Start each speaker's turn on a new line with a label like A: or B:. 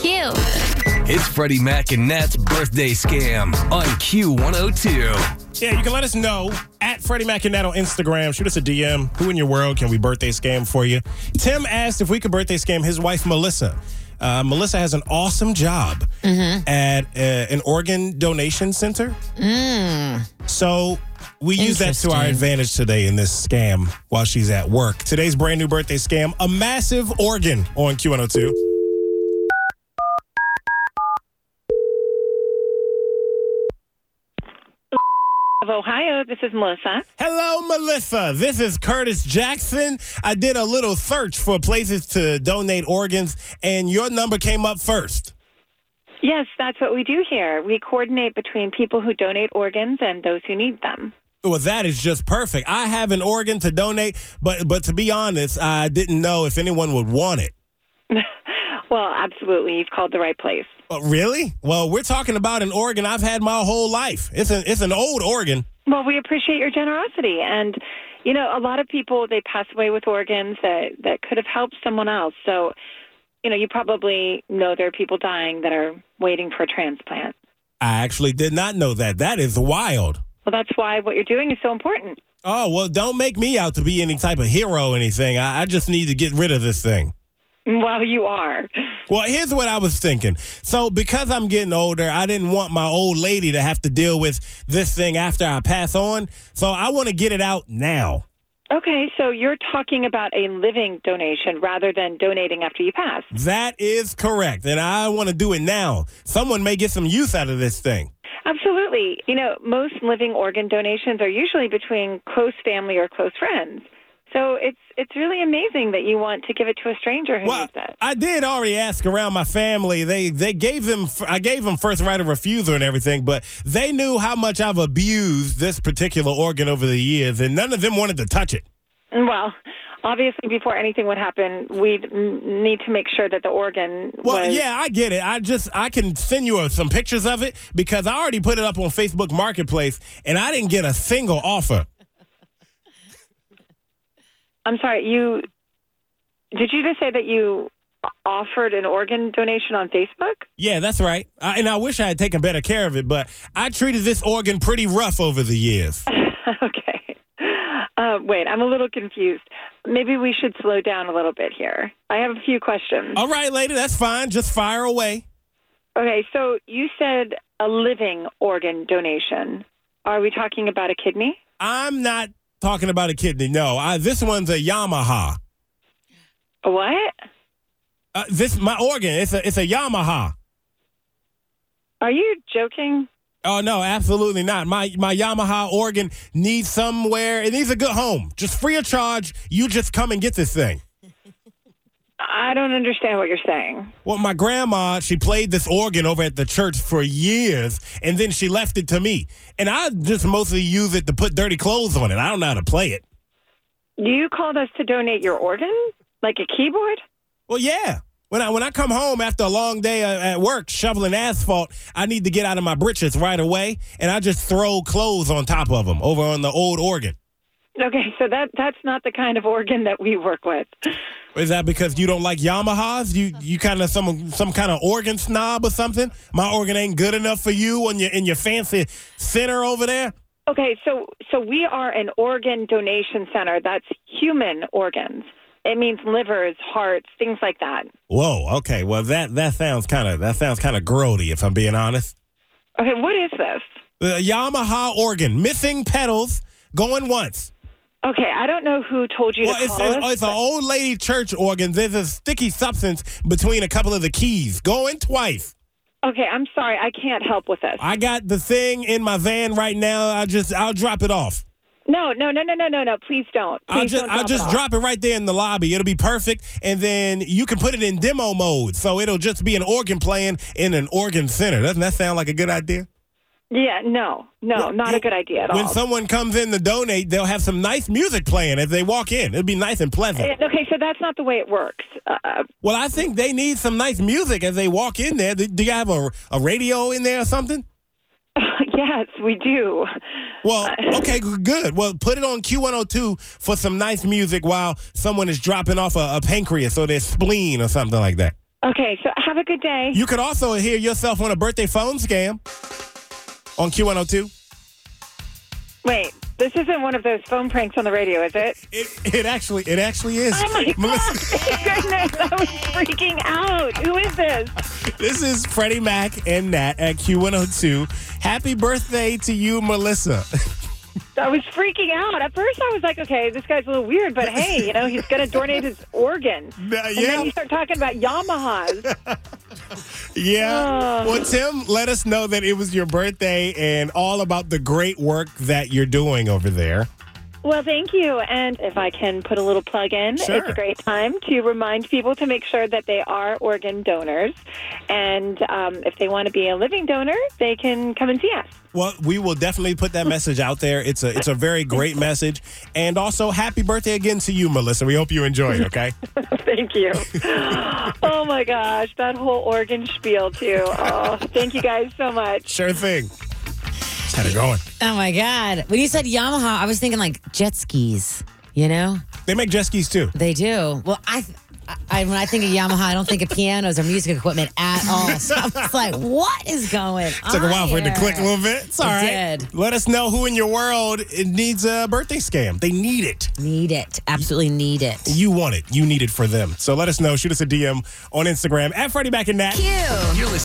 A: too.
B: It's Freddie Mac and Nat's birthday scam on Q102.
C: Yeah, you can let us know at Freddie Macinette on Instagram. Shoot us a DM. Who in your world can we birthday scam for you? Tim asked if we could birthday scam his wife, Melissa. Uh, Melissa has an awesome job at uh, an organ donation center. So we use that to our
A: Interesting.
C: advantage today in this scam while she's at work. Today's brand new birthday scam a massive organ on Q102.
D: of Ohio. This is Melissa.
C: Hello, Melissa. This is Curtis Jackson. I did a little search for places to donate organs, and your number came up first.
D: Yes, that's what we do here. We coordinate between people who donate organs and those who need them.
C: Well, that is just perfect. I have an organ to donate, but but to be honest, I didn't know if anyone would want it.
D: Well, absolutely. You've called the right place.
C: But Uh, really? Well, we're talking about an organ I've had my whole life. It's an it's an old organ.
D: Well, we appreciate your generosity. And, you know, a lot of people, they pass away with organs that, that could have helped someone else. So, you know, you probably know there are people dying that are waiting for a transplant.
C: I actually did not know that. That is wild.
D: Well, that's why what you're doing is so important.
C: Oh well, don't make me out to be any type of hero or anything. I, I just need to get rid of this thing.
D: Well, you are.
C: Well, here's what I was thinking. So, because I'm getting older, I didn't want my old lady to have to deal with this thing after I pass on. So, I want to get it out now.
D: Okay, so you're talking about a living donation rather than donating after you pass.
C: That is correct. And I want to do it now. Someone may get some use out of this thing.
D: Absolutely. You know, most living organ donations are usually between close family or close friends. So it's it's really amazing that you want to give it to a stranger who
C: Well,
D: needs it.
C: I did already ask around my family. They they gave them I gave them first right of refusal and everything, but they knew how much I've abused this particular organ over the years, and none of them wanted to touch it.
D: Well, obviously, before anything would happen, we'd m- need to make sure that the organ
C: Well,
D: was.
C: yeah, I get it. I just I can send you uh, some pictures of it because I already put it up on Facebook Marketplace and I didn't get a single offer.
D: I'm sorry. You did you just say that you offered an organ donation on Facebook?
C: Yeah, that's right. I, and I wish I had taken better care of it, but I treated this organ pretty rough over the years.
D: okay. Uh, wait, I'm a little confused. Maybe we should slow down a little bit here. I have a few questions.
C: All right, lady, that's fine. Just fire away.
D: Okay, so you said a living organ donation. Are we talking about a kidney?
C: I'm not talking about a kidney. No, I, this one's a Yamaha.
D: A what?
C: Uh, this my organ. It's a it's a Yamaha.
D: Are you joking?
C: Oh no, absolutely not. My my Yamaha organ needs somewhere. It needs a good home. Just free of charge. You just come and get this thing.
D: I don't understand what you're saying.
C: Well, my grandma, she played this organ over at the church for years, and then she left it to me. And I just mostly use it to put dirty clothes on it. I don't know how to play it.
D: You called us to donate your organ? Like a keyboard?
C: Well, yeah. When I when I come home after a long day uh, at work shoveling asphalt, I need to get out of my britches right away, and I just throw clothes on top of them over on the old organ.
D: Okay, so that that's not the kind of organ that we work with.
C: Is that because you don't like Yamahas? You you kind of some some kind of organ snob or something? My organ ain't good enough for you and your in your fancy center over there.
D: Okay, so so we are an organ donation center. That's human organs. It means livers, hearts, things like that.
C: Whoa. Okay. Well, that that sounds kind of that sounds kind of grody, if I'm being honest.
D: Okay, what is this?
C: The Yamaha organ, missing pedals, going once.
D: Okay, I don't know who told you
C: Well,
D: to
C: it's,
D: call
C: Oh, it's,
D: us.
C: it's an old lady church organ. There's a sticky substance between a couple of the keys, going twice.
D: Okay, I'm sorry. I can't help with this.
C: I got the thing in my van right now. I just I'll drop it off.
D: No, no, no, no, no, no, no. Please don't. Please
C: I'll just
D: don't
C: I'll just
D: it off.
C: drop it right there in the lobby. It'll be perfect, and then you can put it in demo mode, so it'll just be an organ playing in an organ center. Doesn't that sound like a good idea?
D: Yeah, no, no, not a good idea at
C: When
D: all.
C: someone comes in to donate, they'll have some nice music playing as they walk in. It'll be nice and pleasant.
D: Eh, okay, so that's not the way it works. Uh,
C: Well, I think they need some nice music as they walk in there. Do do you have a, a radio in there or something?
D: yes, we do.
C: Well,
D: Uh,
C: okay, g- good. Well, put it on Q102 for some nice music while someone is dropping off a, a pancreas or their spleen or something like that.
D: Okay, so have a good day.
C: You could also hear yourself on a birthday phone scam on Q102.
D: Wait, this isn't one of those phone pranks on the radio, is it?
C: It, it actually it actually is.
D: Oh my
C: Melissa,
D: Goodness, I was freaking out. Who is this?
C: this is Freddie Mac and Nat at Q102. Happy birthday to you, Melissa.
D: I was freaking out. At first, I was like, okay, this guy's a little weird, but hey, you know, he's going to donate his organ.
C: Yeah,
D: And then you start talking about Yamahas.
C: yeah.
D: Oh.
C: Well, Tim, let us know that it was your birthday and all about the great work that you're doing over there.
D: Well, thank you. And if I can put a little plug in,
C: Sure.
D: it's a great time to remind people to make sure that they are organ donors. And um, if they want to be a living donor, they can come and see us.
C: Well, we will definitely put that message out there. It's a it's a very great message. And also happy birthday again to you, Melissa. We hope you enjoy it, okay?
D: Thank you. oh my gosh, that whole organ spiel too. Oh, thank you guys so much.
C: Sure thing. Just had it going.
A: Oh my God. When you said Yamaha, I was thinking like jet skis, you know?
C: They make jet skis too.
A: They do. Well, I. I, when I think of Yamaha, I don't think of pianos or music equipment at all. So I was like, what is going on?
C: Took a while for it to
A: here?
C: click a little bit. It's all
A: Ah, It
C: right.
A: did.
C: Let us know who in your world it needs a birthday scam. They need it.
A: Need it. Absolutely need it.
C: You want it. You need it for them. So let us know. Shoot us a DM on Instagram at Freddie Mac and Nat.
B: You're listening